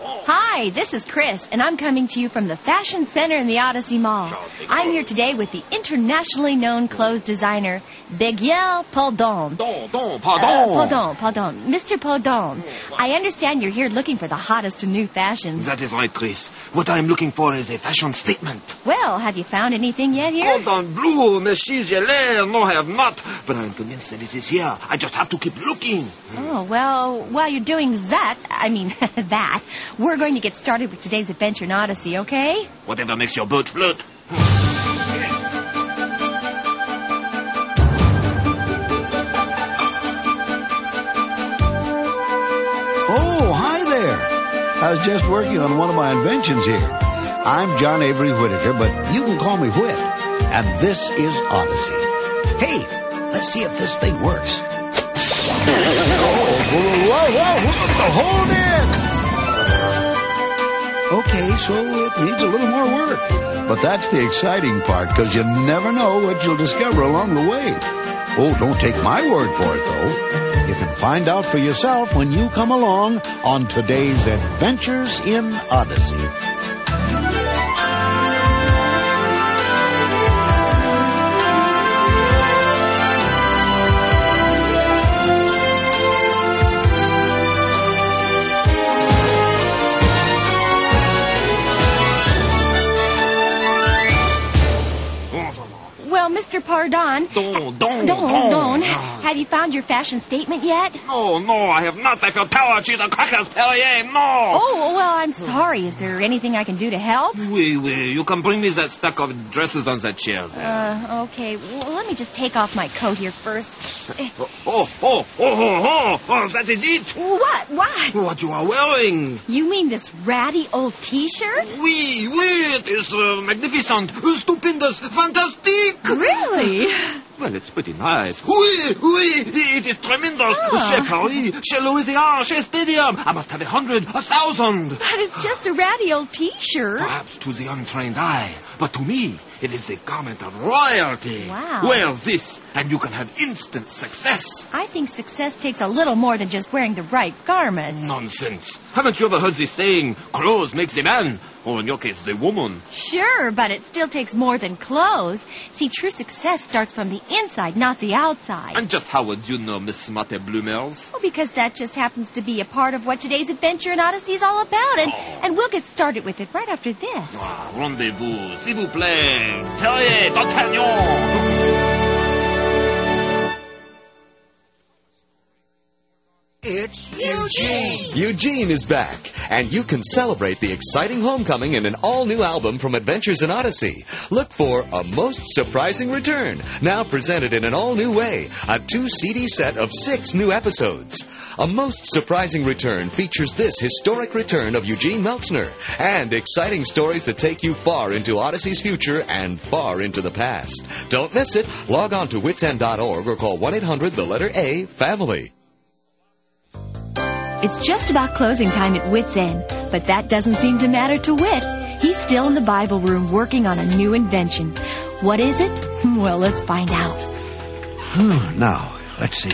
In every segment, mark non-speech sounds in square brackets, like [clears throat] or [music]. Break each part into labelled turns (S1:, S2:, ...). S1: Hi, this is Chris, and I'm coming to you from the Fashion Center in the Odyssey Mall. I'm here today with the internationally known clothes designer, Beguel Paldon.
S2: Don, don,
S1: Uh, Paldon,
S2: pardon.
S1: Paldon. Mr. Paldon, I understand you're here looking for the hottest new fashions.
S2: That is right, Chris. What I'm looking for is a fashion statement.
S1: Well, have you found anything yet here?
S2: Cordon bleu, Monsieur Gelé, no, I have not. But I'm convinced that it is here. I just have to keep looking.
S1: Oh, well, while you're doing that, I mean, [laughs] that, we're going to get started with today's adventure in Odyssey, okay?
S2: Whatever makes your boat float.
S3: Oh, hi there. I was just working on one of my inventions here. I'm John Avery Whittaker, but you can call me Whit. And this is Odyssey. Hey, let's see if this thing works. oh, whoa, whoa, whoa, whoa, hold it! Okay, so it needs a little more work. But that's the exciting part, because you never know what you'll discover along the way. Oh, don't take my word for it, though. You can find out for yourself when you come along on today's Adventures in Odyssey.
S1: Well, Mr. Pardon,
S2: Don, don,
S1: Don, Don,
S2: don.
S1: have you found your fashion statement yet?
S2: No, no, I have not. I feel power. She's a crackers. Perrier, no.
S1: Oh, well, I'm sorry. Is there anything I can do to help?
S2: Oui, oui, you can bring me that stack of dresses on that chair there.
S1: Uh, okay. Well, let me just take off my coat here first. Eh,
S2: Oh, oh, oh, oh, oh, oh, that is it.
S1: What? What?
S2: [laughs] What you are wearing?
S1: You mean this ratty old T-shirt?
S2: Oui, oui, it is uh, magnificent, stupendous, fantastic. [laughs]
S1: Really?
S2: Well, it's pretty nice. Oui, oui, it is tremendous.
S1: Ah.
S2: Chez Paris, chez Louisiana, chez Stadium. I must have a hundred, a thousand.
S1: But it's just a ratty old T-shirt.
S2: Perhaps to the untrained eye, but to me, it is the garment of royalty.
S1: Wow.
S2: Wear this, and you can have instant success.
S1: I think success takes a little more than just wearing the right garments.
S2: Nonsense. Haven't you ever heard this saying, clothes makes the man, or in your case, the woman?
S1: Sure, but it still takes more than clothes. See, true success starts from the inside, not the outside.
S2: And just how would you know, Miss Smarty Bloomers?
S1: Well, because that just happens to be a part of what today's adventure in Odyssey is all about, and, and we'll get started with it right after this.
S2: Oh. Ah, rendezvous, s'il vous plaît. Perrier, D'Artagnan.
S4: It's Eugene.
S5: Eugene is back, and you can celebrate the exciting homecoming in an all new album from Adventures in Odyssey. Look for A Most Surprising Return, now presented in an all new way, a two CD set of six new episodes. A Most Surprising Return features this historic return of Eugene Meltzner and exciting stories that take you far into Odyssey's future and far into the past. Don't miss it. Log on to witsend.org or call 1 800 the letter A family.
S1: It's just about closing time at Wit's End, but that doesn't seem to matter to Wit. He's still in the Bible room working on a new invention. What is it? [laughs] Well, let's find out.
S3: Hmm, now, let's see.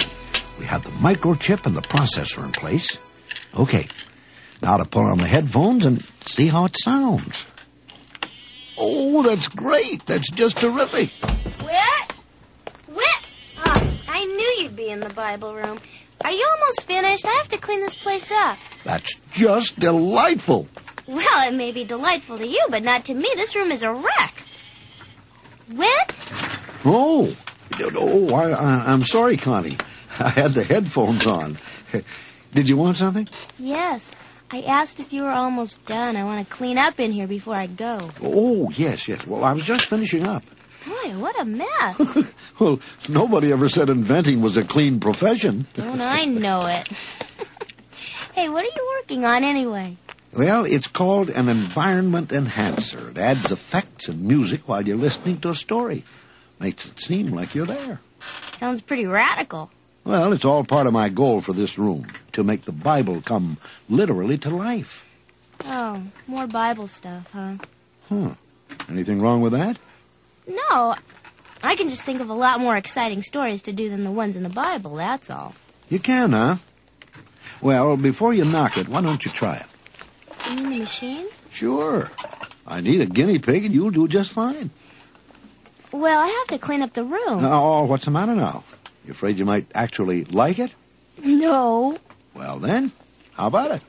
S3: We have the microchip and the processor in place. Okay. Now to put on the headphones and see how it sounds. Oh, that's great. That's just terrific.
S6: Whit? Whit? Ah, I knew you'd be in the Bible room. Are you almost finished? I have to clean this place up.
S3: That's just delightful.
S6: Well, it may be delightful to you, but not to me. This room is a wreck. Whit?
S3: Oh, oh, I, I, I'm sorry, Connie. [laughs] I had the headphones on. [laughs] Did you want something?
S6: Yes. I asked if you were almost done. I want to clean up in here before I go.
S3: Oh, yes, yes. Well, I was just finishing up.
S6: Boy, what a mess.
S3: well, nobody ever said inventing was a clean profession.
S6: Don't I know it. [laughs] hey, what are you working on anyway?
S3: Well, it's called an environment enhancer. It adds effects and music while you're listening to a story. Makes it seem like you're there.
S6: Sounds pretty radical.
S3: Well, it's all part of my goal for this room to make the Bible come literally to life.
S6: Oh, more Bible stuff, huh?
S3: Huh. Anything wrong with that?
S6: No, I can just think of a lot more exciting stories to do than the ones in the Bible, that's all.
S3: You can, huh? Well, before you knock it, why don't you try it?
S6: In the machine?
S3: Sure. I need a guinea pig, and you'll do just fine.
S6: Well, I have to clean up the room.
S3: Oh, what's the matter now? You afraid you might actually like it?
S6: No.
S3: Well, then, how about it?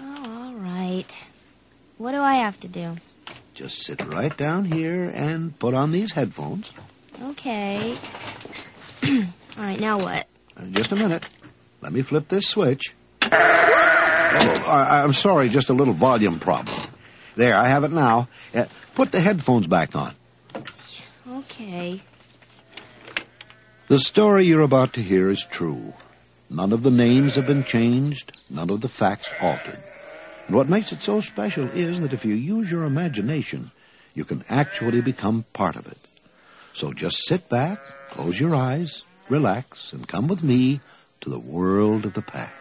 S6: Oh, all right. What do I have to do?
S3: Just sit right down here and put on these headphones.
S6: Okay. [clears throat] all right, now what?
S3: Uh, Just a minute. Let me flip this switch. Oh, I, I'm sorry, just a little volume problem. There, I have it now. Uh, put the headphones back on.
S6: Okay. [sighs]
S3: The story you're about to hear is true. None of the names have been changed, none of the facts altered. And what makes it so special is that if you use your imagination, you can actually become part of it. So just sit back, close your eyes, relax, and come with me to the world of the past.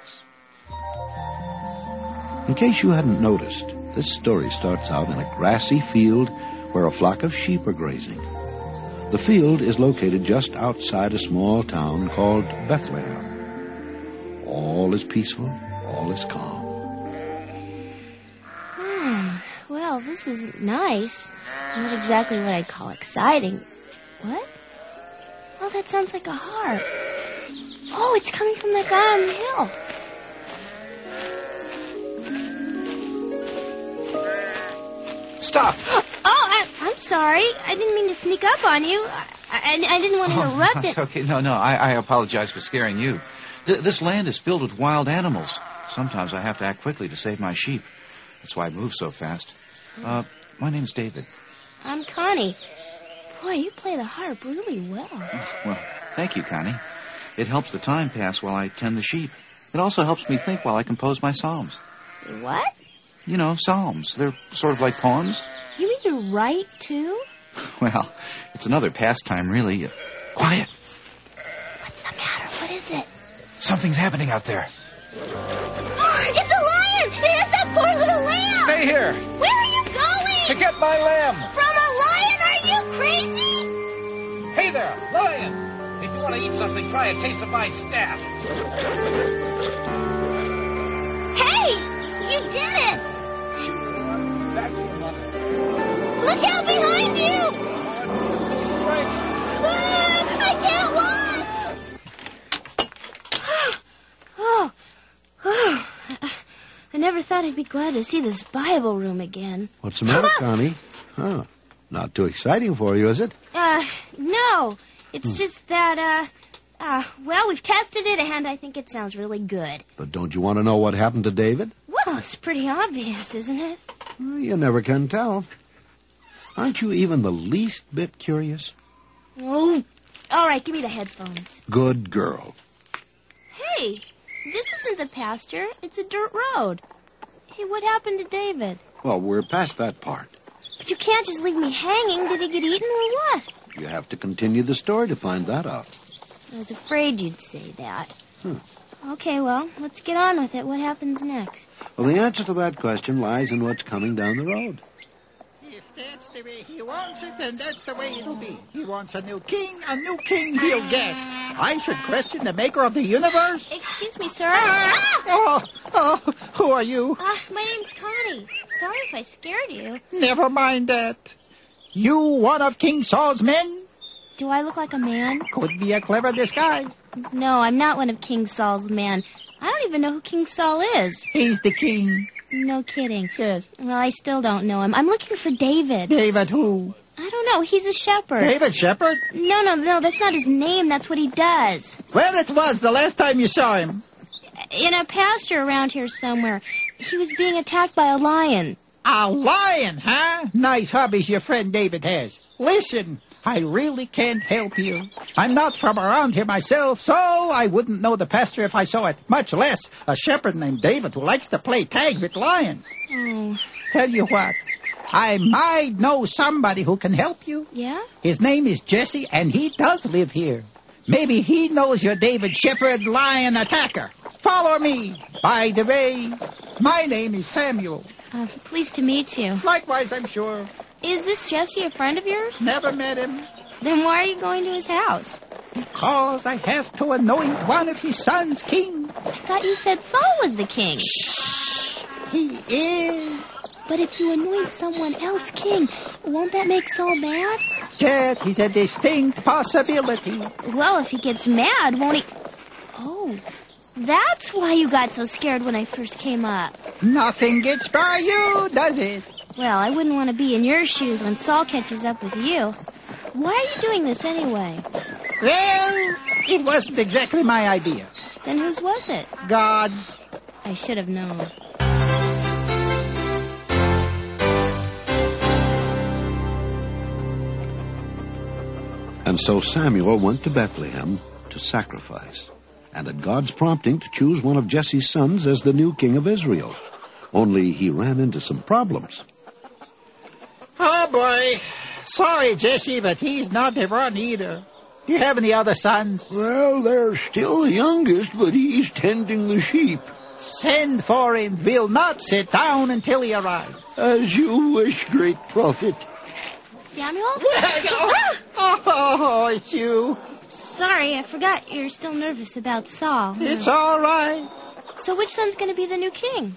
S3: In case you hadn't noticed, this story starts out in a grassy field where a flock of sheep are grazing. The field is located just outside a small town called Bethlehem. All is peaceful, all is calm.
S6: Hmm. Well, this is nice. Not exactly what I'd call exciting. What? Oh, that sounds like a harp. Oh, it's coming from that guy on the hill.
S2: Stop!
S6: [gasps] Oh, I, I'm sorry. I didn't mean to sneak up on you. I, I, I didn't
S7: Oh,
S6: want to interrupt
S7: that's
S6: it.
S7: okay. No, no, I, I apologize for scaring you. Th- this land is filled with wild animals. Sometimes I have to act quickly to save my sheep. That's why I move so fast. Uh, my name's David.
S6: I'm Connie. Boy, you play the harp really well.
S7: Well, thank you, Connie. It helps the time pass while I tend the sheep. It also helps me think while I compose my psalms.
S6: What?
S7: You know, psalms. They're sort of like poems. [laughs]
S6: You mean you write too?
S7: Well, it's another pastime, really. Uh, quiet.
S6: What's the matter? What is it? [gasps]
S7: Something's happening out there.
S6: it's a lion! It has that poor little lamb!
S7: Stay here
S6: Where are you going?
S7: to get my lamb.
S6: From a lion? Are you crazy?
S2: Hey there, lion! If you want to eat something, try a taste of my staff.
S6: Hey! You did it!
S2: That's your mother.
S6: Look out behind you! Ah, I can't watch! oh, oh. I- [sighs] I never thought I'd be glad to see this Bible room again.
S3: What's the matter, Connie? Huh. Not too exciting for you, is it?
S6: Uh, no. It's just that, uh, uh, well, we've tested it, and I think it sounds really good.
S3: But don't you want to know what happened to David?
S6: Well, it's pretty obvious, isn't it?
S3: Well, you never can tell. Aren't you even the least bit curious?
S6: Oh, all right, give me the headphones.
S3: Good girl.
S6: Hey, this isn't the pasture. It's a dirt road. Hey, what happened to David?
S3: Well, we're past that part.
S6: But you can't just leave me hanging. Did he get eaten or what?
S3: You have to continue the story to find that out.
S6: I was afraid you'd say that.
S3: Hmm.
S6: Okay, well, let's get on with it. What happens next?
S3: Well, the answer to that question lies in what's coming down the road.
S4: If that's the way he wants it, then that's the way it'll be. He wants a new king, a new king he'll get. I should question the maker of the universe?
S6: Excuse me, sir. Ah!
S4: Oh, oh, who are you?
S6: Ah, my name's Connie. Sorry if I scared you.
S4: Never mind that. You one of King Saul's men?
S6: Do I look like a man?
S4: Could be a clever disguise.
S6: No, I'm not one of King Saul's men. I don't even know who King Saul is.
S4: He's the king.
S6: No kidding.
S4: Yes.
S6: Well, I still don't know him. I'm looking for David.
S4: David who?
S6: I don't know. He's a shepherd.
S4: David Shepherd?
S6: No, no, no. That's not his name. That's what he dohes.
S4: Where it was the last time you saw him?
S6: In a pasture around here somewhere. He was being attacked by a lion.
S4: A lion, huh? Nice hobbies your friend David has. Listen, I really can't help you. I'm not from around here myself, so I wouldn't know the pasture if I saw it, much less a shepherd named David who likes to play tag with lions.
S6: Oh,
S4: Tell you what, I might know somebody who can help you.
S6: yeah?
S4: His name is Jesse, and he does live here. Maybe he knows your David Shepherd lion attacker. Follow me. By the way, my name is Samuel.
S6: Uh, pleased to meet you.
S4: Likewise, I'm sure.
S6: Is this Jesse a friend of yours?
S4: Never met him.
S6: Then why are you going to his house?
S4: Cause I have to anoint one of his sons king.
S6: I thought you said Saul was the king.
S4: He is.
S6: But if you anoint someone else king, won't that make Saul mad?
S4: That is a distinct possibility.
S6: Well, if he gets mad, won't he? Oh, that's why you got so scared when I first came up.
S4: Nothing gets by you, does it?
S6: Well, I wouldn't want to be in your shoes when Saul catches up with you. Why are you doing this anyway?
S4: Well, it wasn't exactly my idea.
S6: Then whose was it?
S4: God's.
S6: I should have known.
S3: And so Samuel went to Bethlehem to sacrifice, and at God's prompting to choose one of Jesse's sons as the new king of Israel. Only he ran into some problems.
S4: Oh, boy. Sorry, Jesse, but he's not Hebron either. Do you have any other sons?
S3: Well, they're still the youngest, but he's tending the sheep.
S4: Send for him. We'll not sit down until he arrives.
S3: As you wish, great prophet.
S6: Samuel? Ah!
S4: oh, oh, it's you.
S6: Sorry, I forgot you're still nervous about Saul.
S4: It's all right.
S6: So which son's going to be the new king?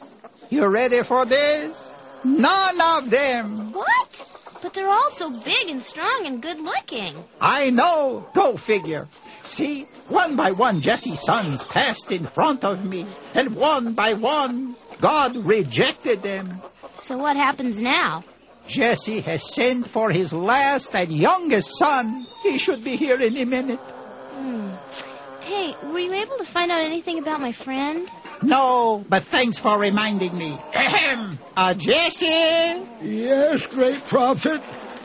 S4: You ready for this? None of them.
S6: What? But they're all so big and strong and good looking.
S4: I know. Go figure. See, one by one, Jesse's sons passed in front of me, and one by one, God rejected them.
S6: So what happens now?
S4: Jesse has sent for his last and youngest son. He should be here any minute.
S6: Hmm. Hey, were you able to find out anything about my friend?
S4: No, but thanks for reminding me. [laughs] Ahem! Uh, Jesse!
S3: Yes, great prophet.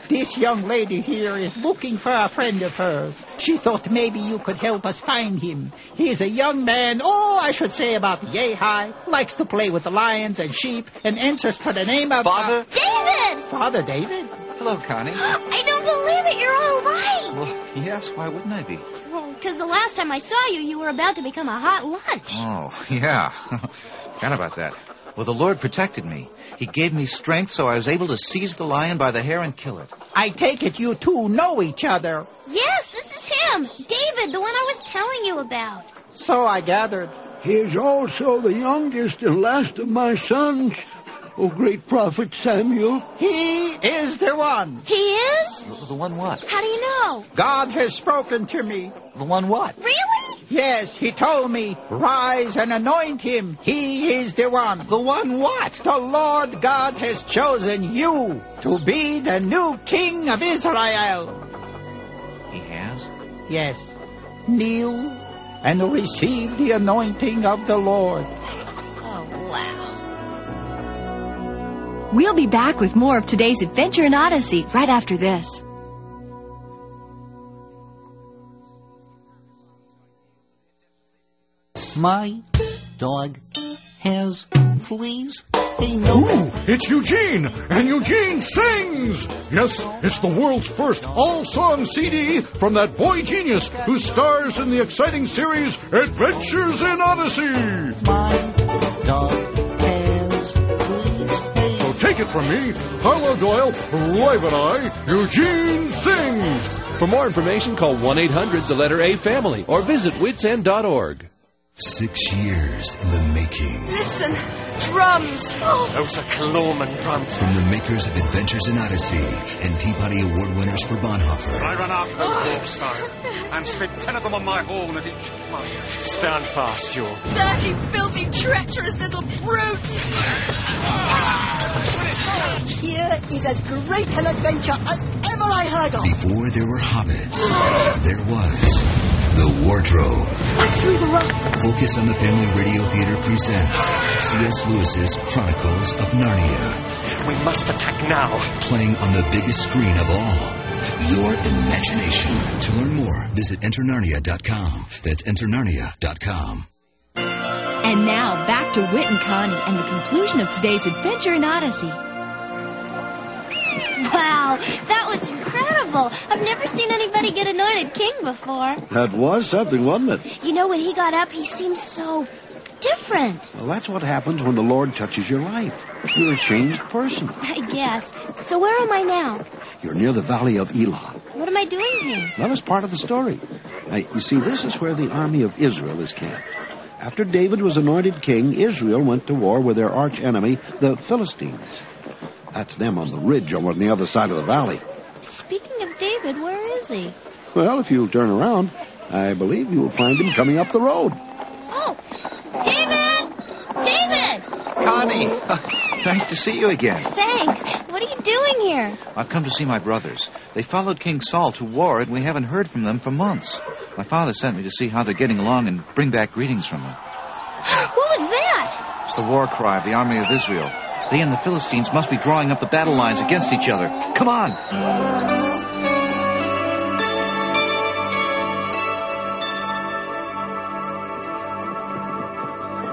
S4: This young lady here is looking for a friend of hers. She thought maybe you could help us find him. He's a young man, oh, I should say about yay high, likes to play with the lions and sheep, and answers to the name of... uh,
S7: Father?
S6: David!
S4: Father David?
S7: Hello, Connie.
S6: [gasps] I don't believe it. You're all right.
S7: Well, yes, why wouldn't I be?
S6: Well, because the last time I saw you, you were about to become a hot lunch.
S7: Oh, [laughs] yeah. Forgot about that. Well, the Lord protected me. He gave me strength so I was able to seize the lion by the hair and kill it.
S4: I take it you two know each other.
S6: Yes, this is him. David, the one I was telling you about.
S4: So I gathered.
S3: He's also the youngest and last of my sons. O great prophet Samuel.
S4: He is the one.
S6: He is?
S7: The, the one what?
S6: How do you know?
S4: God has spoken to me.
S7: The one what?
S6: Really?
S4: Yes, he told me, rise and anoint him. He is the one.
S7: The one what?
S4: The Lord God has chosen you to be the new king of Israel.
S7: He has?
S4: Yes, kneel and receive the anointing of the Lord.
S6: Oh, wow.
S1: We'll be back with more of today's adventure in Odyssey right after this.
S8: My dog has fleas. He knows.
S9: Ooh, it's Eugene, and Eugene sings! Yes, it's the world's first all song CD from that boy genius who stars in the exciting series Adventures in Odyssey!
S8: My dog has fleas. He
S9: So take it from me, Harlow Doyle, live and I, Eugene sings!
S10: For more information, call 1 800 the letter A Family or visit witsend.org.
S11: Six years in the making.
S12: Listen, drums.
S2: Those are Kaloman drums.
S11: From the makers of Adventures in Odyssey and Peabody Award winners for Bonhoeffer.
S2: I run after those dwarfs, sire. I'm spit ten of them on my horn at each one. Stand fast, Joe.
S12: Dirty, filthy, treacherous little brutes.
S13: Here is as great an adventure as ever I heard of.
S11: Before there were hobbits, there was The Wardrobe.
S13: I threw the rock.
S11: Focus on the Family Radio Theater presents C.S. Lewis's Chronicles of Narnia,
S2: We must attack now.
S11: playing on the biggest screen of all. Your imagination. To learn more, visit enternarnia.com. That's enternarnia.com.
S1: And now back to Wit and Connie and the conclusion of today's adventure in Odyssey.
S6: Wow, that was incredible. I've never seen anybody get anointed king before.
S3: That was something, wasn't it?
S6: You know, when he got up, he seemed so different,
S3: Well, that's what happens when the Lord touches your life. You're a changed person.
S6: I guess. So where am I now?
S3: You're near the Valley of Elah.
S6: What am I doing here?
S3: That is part of the story. Now, you see, this is where the army of Israel is camped. After David was anointed king, Israel went to war with their arch enemy, the Philistines. That's them on the ridge over on the other side of the valley.
S6: Speaking of David, where is he?
S3: Well, if you'll turn around, I believe you will find him coming up the road.
S6: Oh, David! David!
S7: Connie! nice to see you again.
S6: Thanks. What are you doing here?
S7: I've come to see my brothers. They followed King Saul to war, and we haven't heard from them for months. My father sent me to see how they're getting along and bring back greetings from them.
S6: What was that?
S7: It's the war cry of the army of Israel. They and the Philistines must be drawing up the battle lines against each other. Come on!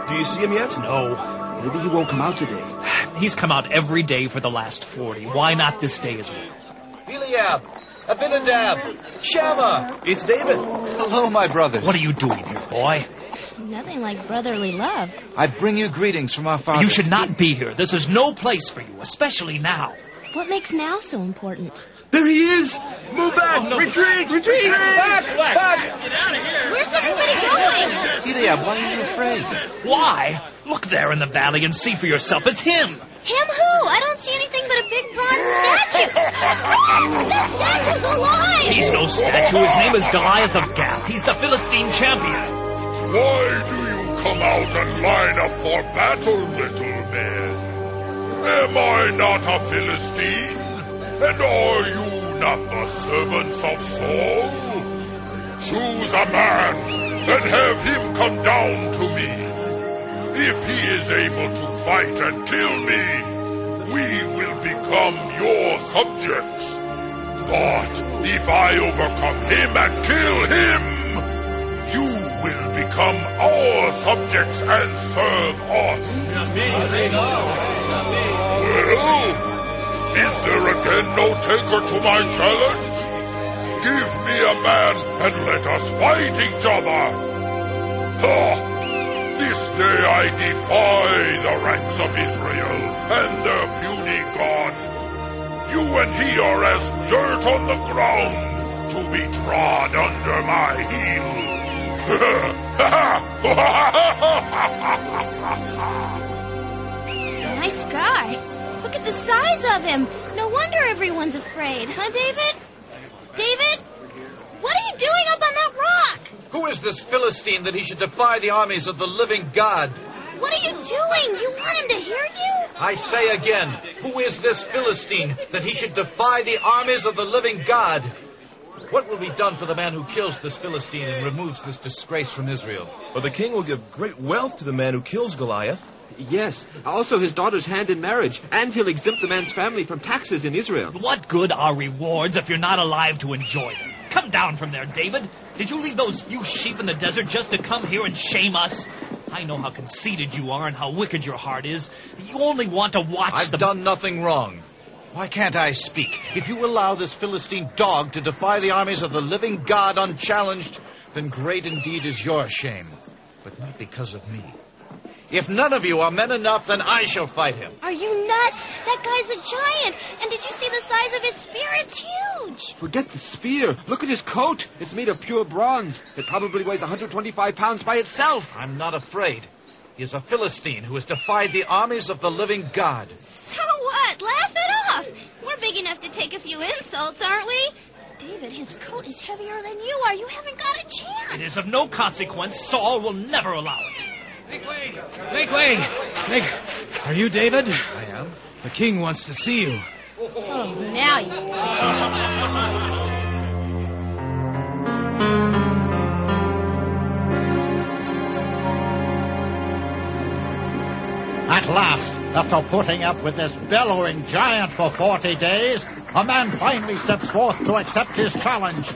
S14: Do you see him yet? No. Maybe he won't come out today. He's come out every day for the last 40. Why not this day as well?
S15: Eliab, Abinadab, Shammah.
S14: It's David.
S7: Hello, my brothers.
S14: What are you doing here, boy?
S6: Nothing like brotherly love.
S7: I bring you greetings from our father.
S14: You should not be here. This is no place for you, especially now.
S6: What makes now so important?
S14: There he is! Move back! Retreat! Retreat!
S15: Back! Back!
S6: Get out of here! Where's everybody going?
S14: um,
S7: Eliab, why are you afraid?
S14: Why? Look there in the valley and see for yourself. It's him!
S6: Him who? I don't see anything but a big bronze statue. Ah, [laughs] that statue's alive!
S14: He's no statue. His name is Goliath of Gath. He's the Philistine champion.
S16: Why do you come out and line up for battle, little men? Am I not a Philistine? And are you not the servants of Saul? Choose a man and have him come down to me. If he is able to fight and kill me, we will become your subjects. But if I overcome him and kill him, you will become our subjects and serve us. Well, is there again no taker to my challenge? Give me a man and let us fight each other. Ha! This day I defy the ranks of Israel and their puny God. You and he are as dirt on the ground to be trod under my heel. [laughs]
S6: Nice guy. Look at the size of him. No wonder everyone's afraid, huh, David? David? What are you doing up on that rock?
S15: Who is this Philistine that he should defy the armies of the living God?
S6: What are you doing? You want him to hear you?
S15: I say again, who is this Philistine that he should defy the armies of the living God? What will be done for the man who kills this Philistine and removes this disgrace from Israel?
S17: Well, the king will give great wealth to the man who kills Goliath.
S18: Yes, also his daughter's hand in marriage, and he'll exempt the man's family from taxes in Israel.
S14: What good are rewards if you're not alive to enjoy them? Come down from there, David. Did you leave those few sheep in the desert just to come here and shame us? I know how conceited you are and how wicked your heart is. You only want to watch
S15: I've
S14: the.
S15: done nothing wrong. Why can't I speak? If you allow this Philistine dog to defy the armies of the living God unchallenged, then great indeed is your shame, but not because of me. If none of you are men enough, then I shall fight him.
S6: Are you nuts? That guy's a giant. And did you see the size of his spear? It's huge.
S18: Forget the spear. Look at his coat. It's made of pure bronze. It probably weighs 125 pounds by itself.
S15: I'm not afraid. He is a Philistine who has defied the armies of the living God.
S6: So what? Laugh it off. We're big enough to take a few insults, aren't we? David, his coat is heavier than you are. You haven't got a chance.
S14: It is of no consequence. Saul will never allow it.
S19: Make way! Make way! Make... Are you David? I am. The king wants to see you.
S6: Oh, now you.
S18: [laughs]
S4: At last, after putting up with this bellowing giant for 40 days, a man finally steps forth to accept his challenge.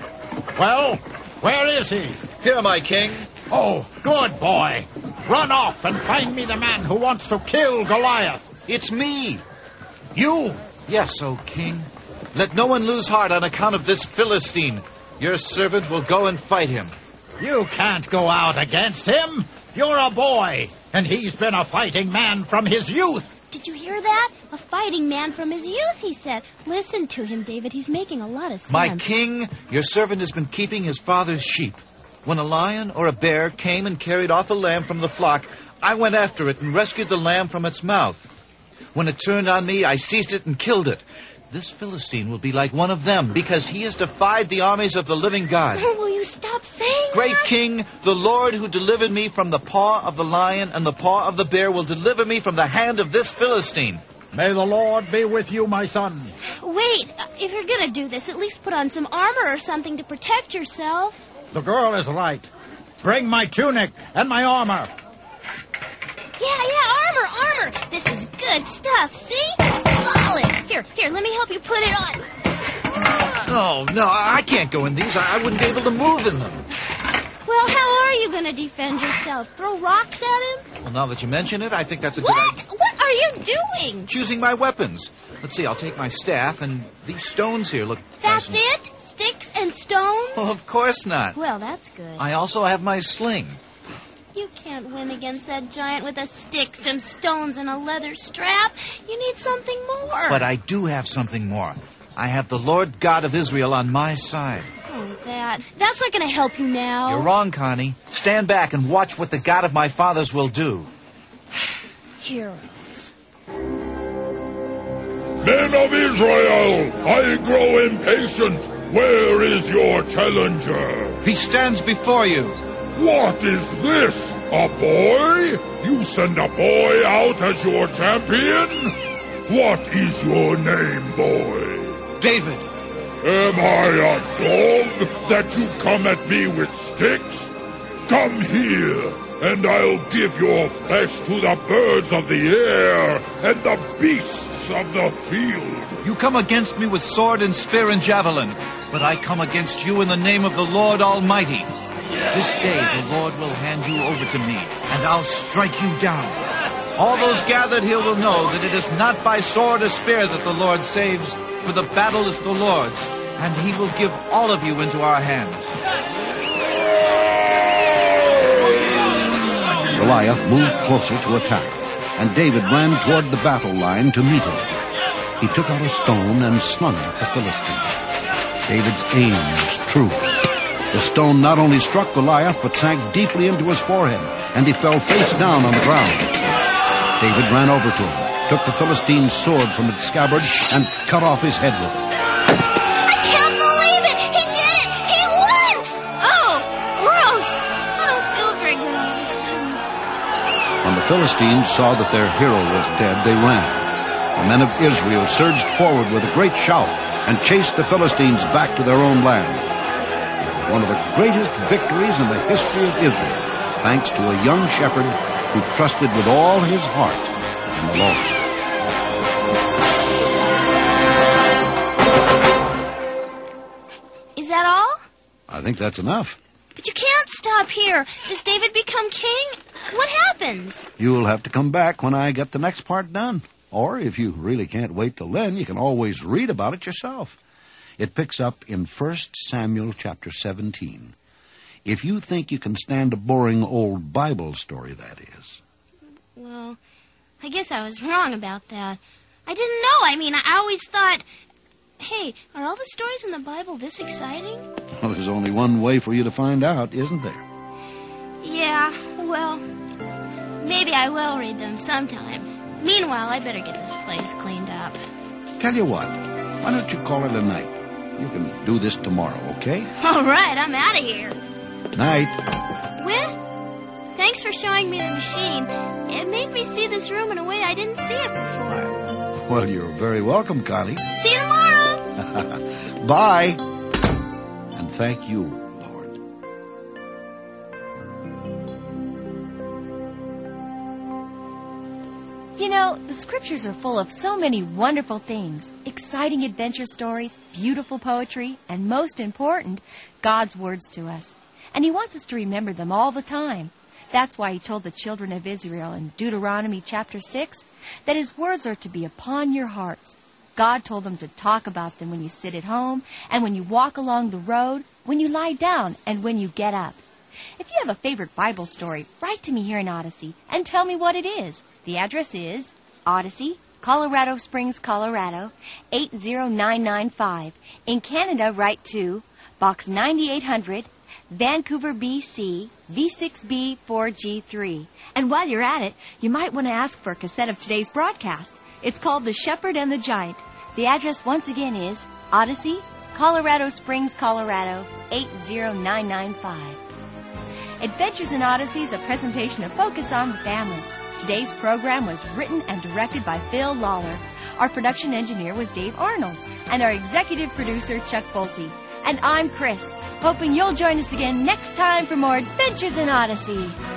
S4: Well, where is he?
S15: Here, my king.
S4: Oh, good boy. Run off and find me the man who wants to kill Goliath.
S7: It's me.
S4: You?
S7: Yes, O king.
S15: Let no one lose heart on account of this Philistine. Your servant will go and fight him.
S4: You can't go out against him. You're a boy, and he's been a fighting man from his youth.
S6: Did you hear that? A fighting man from his youth, he said. Listen to him, David. He's making a lot of sense.
S7: My king, your servant has been keeping his father's sheep.
S15: When a lion or a bear came and carried off a lamb from the flock, I went after it and rescued the lamb from its mouth. When it turned on me, I seized it and killed it. This Philistine will be like one of them because he has defied the armies of the living God.
S6: Will you stop saying
S15: Great
S6: that?
S15: King, the Lord who delivered me from the paw of the lion and the paw of the bear will deliver me from the hand of this Philistine.
S4: May the Lord be with you, my son.
S6: Wait, uh, if you're gonna do this, at least put on some armor or something to protect yourself.
S4: The girl is right. Bring my tunic and my armor.
S6: Yeah, yeah, armor, armor. This is good stuff. See? Solid. Here, here, let me help you put it on.
S15: No, no, I I can't go in these. I I wouldn't be able to move in them.
S6: Well, how are you gonna defend yourself? Throw rocks at him?
S15: Well, now that you mention it, I think that's a good idea.
S6: What? What are you doing?
S15: Choosing my weapons. Let's see, I'll take my staff, and these stones here look. [laughs]
S6: That's it? Sticks and stones?
S15: Well, of course not.
S6: Well, that's good.
S15: I also have my sling.
S6: You can't win against that giant with a sticks and stones and a leather strap. You need something more.
S15: But I do have something more. I have the Lord God of Israel on my side.
S6: Oh, that. That's not gonna help you now.
S15: You're wrong, Connie. Stand back and watch what the God of my fathers will do.
S6: Hero.
S16: Men of Israel, I grow impatient. Where is your challenger?
S7: He stands before you.
S16: What is this? A boy? You send a boy out as your champion? What is your name, boy?
S7: David.
S16: Am I a dog that you come at me with sticks? Come here, and I'll give your flesh to the birds of the air and the beasts of the field.
S7: You come against me with sword and spear and javelin, but I come against you in the name of the Lord Almighty. This day the Lord will hand you over to me, and I'll strike you down.
S15: All those gathered here will know that it is not by sword or spear that the Lord saves, for the battle is the Lord's, and he will give all of you into our hands.
S3: Goliath moved closer to attack, and David ran toward the battle line to meet him. He took out a stone and slung it at the Philistine. David's aim was true. The stone not only struck Goliath, but sank deeply into his forehead, and he fell face down on the ground. David ran over to him, took the Philistine's sword from its scabbard, and cut off his head with it.
S6: I can't believe it! He did it! He won! Oh, gross! I don't feel very good all of a sudden.
S3: When the Philistines saw that their hero was dead, they ran. The men of Israel surged forward with a great shout and chased the Philistines back to their own land. It was one of the greatest victories in the history of Israel, thanks to a young shepherd who trusted with all his heart in the Lord.
S6: Is that all?
S3: I think that's enough.
S6: But you can't stop here. Does David become king? What happens?
S3: You'll have to come back when I get the next part done. Or if you really can't wait till then, you can always read about it yourself. It picks up in 1 Samuel chapter 17. If you think you can stand a boring old Bible story, that is.
S6: Well, I guess I was wrong about that. I didn't know. I mean, I always thought, hey, are all the stories in the Bible this exciting?
S3: Well, there's only one way for you to find out, isn't there?
S6: Yeah, well, maybe I will read them sometime. Meanwhile, I better get this place cleaned up.
S3: Tell you what, why don't you call it a night? You can do this tomorrow, okay?
S6: All right, I'm out of here.
S3: Night.
S6: Well, thanks for showing me the machine. It made me see this room in a way I didn't see it before.
S3: Well, you're very welcome, Connie.
S6: See you tomorrow.
S3: Bye. And thank you, Lord.
S1: You know, the scriptures are full of so many wonderful things exciting adventure stories, beautiful poetry, and most important, God's words to us. And He wants us to remember them all the time. That's why He told the children of Israel in Deuteronomy chapter 6 that His words are to be upon your hearts. God told them to talk about them when you sit at home and when you walk along the road, when you lie down, and when you get up. If you have a favorite Bible story, write to me here in Odyssey and tell me what it is. The address is Odyssey, Colorado Springs, Colorado 80995. In Canada, write to Box 9800, Vancouver, BC, V6B4G3. And while you're at it, you might want to ask for a cassette of today's broadcast. It's called The Shepherd and the Giant. The address once again is Odyssey, Colorado Springs, Colorado 80995. Adventures in Odyssey is a presentation of Focus on the Family. Today's program was written and directed by Phil Lawler. Our production engineer was Dave Arnold, and our executive producer, Chuck Bolte. And I'm Chris, hoping you'll join us again next time for more Adventures in Odyssey.